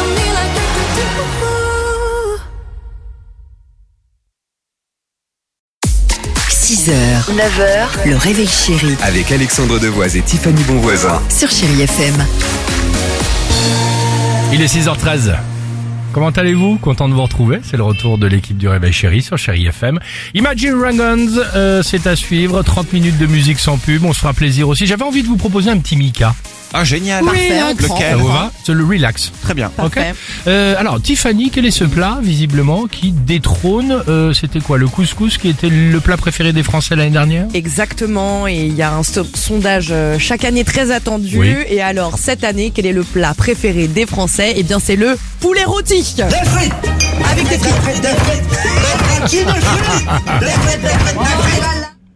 on me like do, do, do, do. 6h, 9h, le réveil chéri Avec Alexandre Devoise et Tiffany Bonvoisin. sur Chérie FM. Il est 6h13. Comment allez-vous Content de vous retrouver. C'est le retour de l'équipe du Réveil Chéri sur Chéri FM. Imagine Dragons, euh, c'est à suivre. 30 minutes de musique sans pub. On se fera plaisir aussi. J'avais envie de vous proposer un petit Mika. Ah génial Ça Lequel vous va C'est le Relax. Très bien. Ok. Euh, alors, Tiffany, quel est ce plat, visiblement, qui détrône euh, C'était quoi Le couscous qui était le plat préféré des Français l'année dernière Exactement, et il y a un so- sondage euh, chaque année très attendu. Oui. Et alors, cette année, quel est le plat préféré des Français Eh bien, c'est le poulet rôti Avec des frites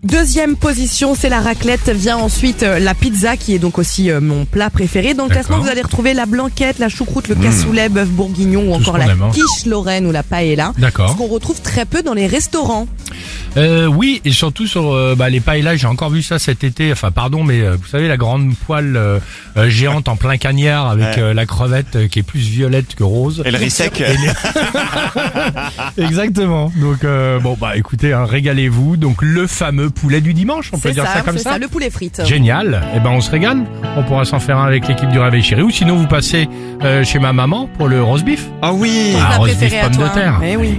Deuxième position, c'est la raclette. Vient ensuite euh, la pizza, qui est donc aussi euh, mon plat préféré. Dans D'accord. le Hmm. classement, vous allez retrouver la blanquette, la choucroute, le cassoulet, bœuf bourguignon ou Tout ce encore qu'on la aime, hein. quiche lorraine ou la paella. D'accord. Ce qu'on retrouve très peu dans les restaurants. Euh, oui, et surtout sur euh, bah, les paellas, j'ai encore vu ça cet été. Enfin, pardon, mais euh, vous savez, la grande poêle euh, euh, géante en plein cagnard avec Ouais. euh, la crevette euh, qui est plus violette que rose. Et le Rissec Exactement. Donc, euh, bon, bah écoutez, hein, régalez-vous. Donc, le fameux poulet du dimanche, on peut C'est dire ça, hein, ça, comme c'est ça. ça, le poulet frites. Génial. Eh ben, on se régale. On pourra s'en faire un avec l'équipe du Réveil Chéri. Ou sinon, vous passez euh, chez ma maman pour le roast beef. Ah oui Ah, Ta rose préférée vif, à pomme toi, de terre. hein. Eh oui.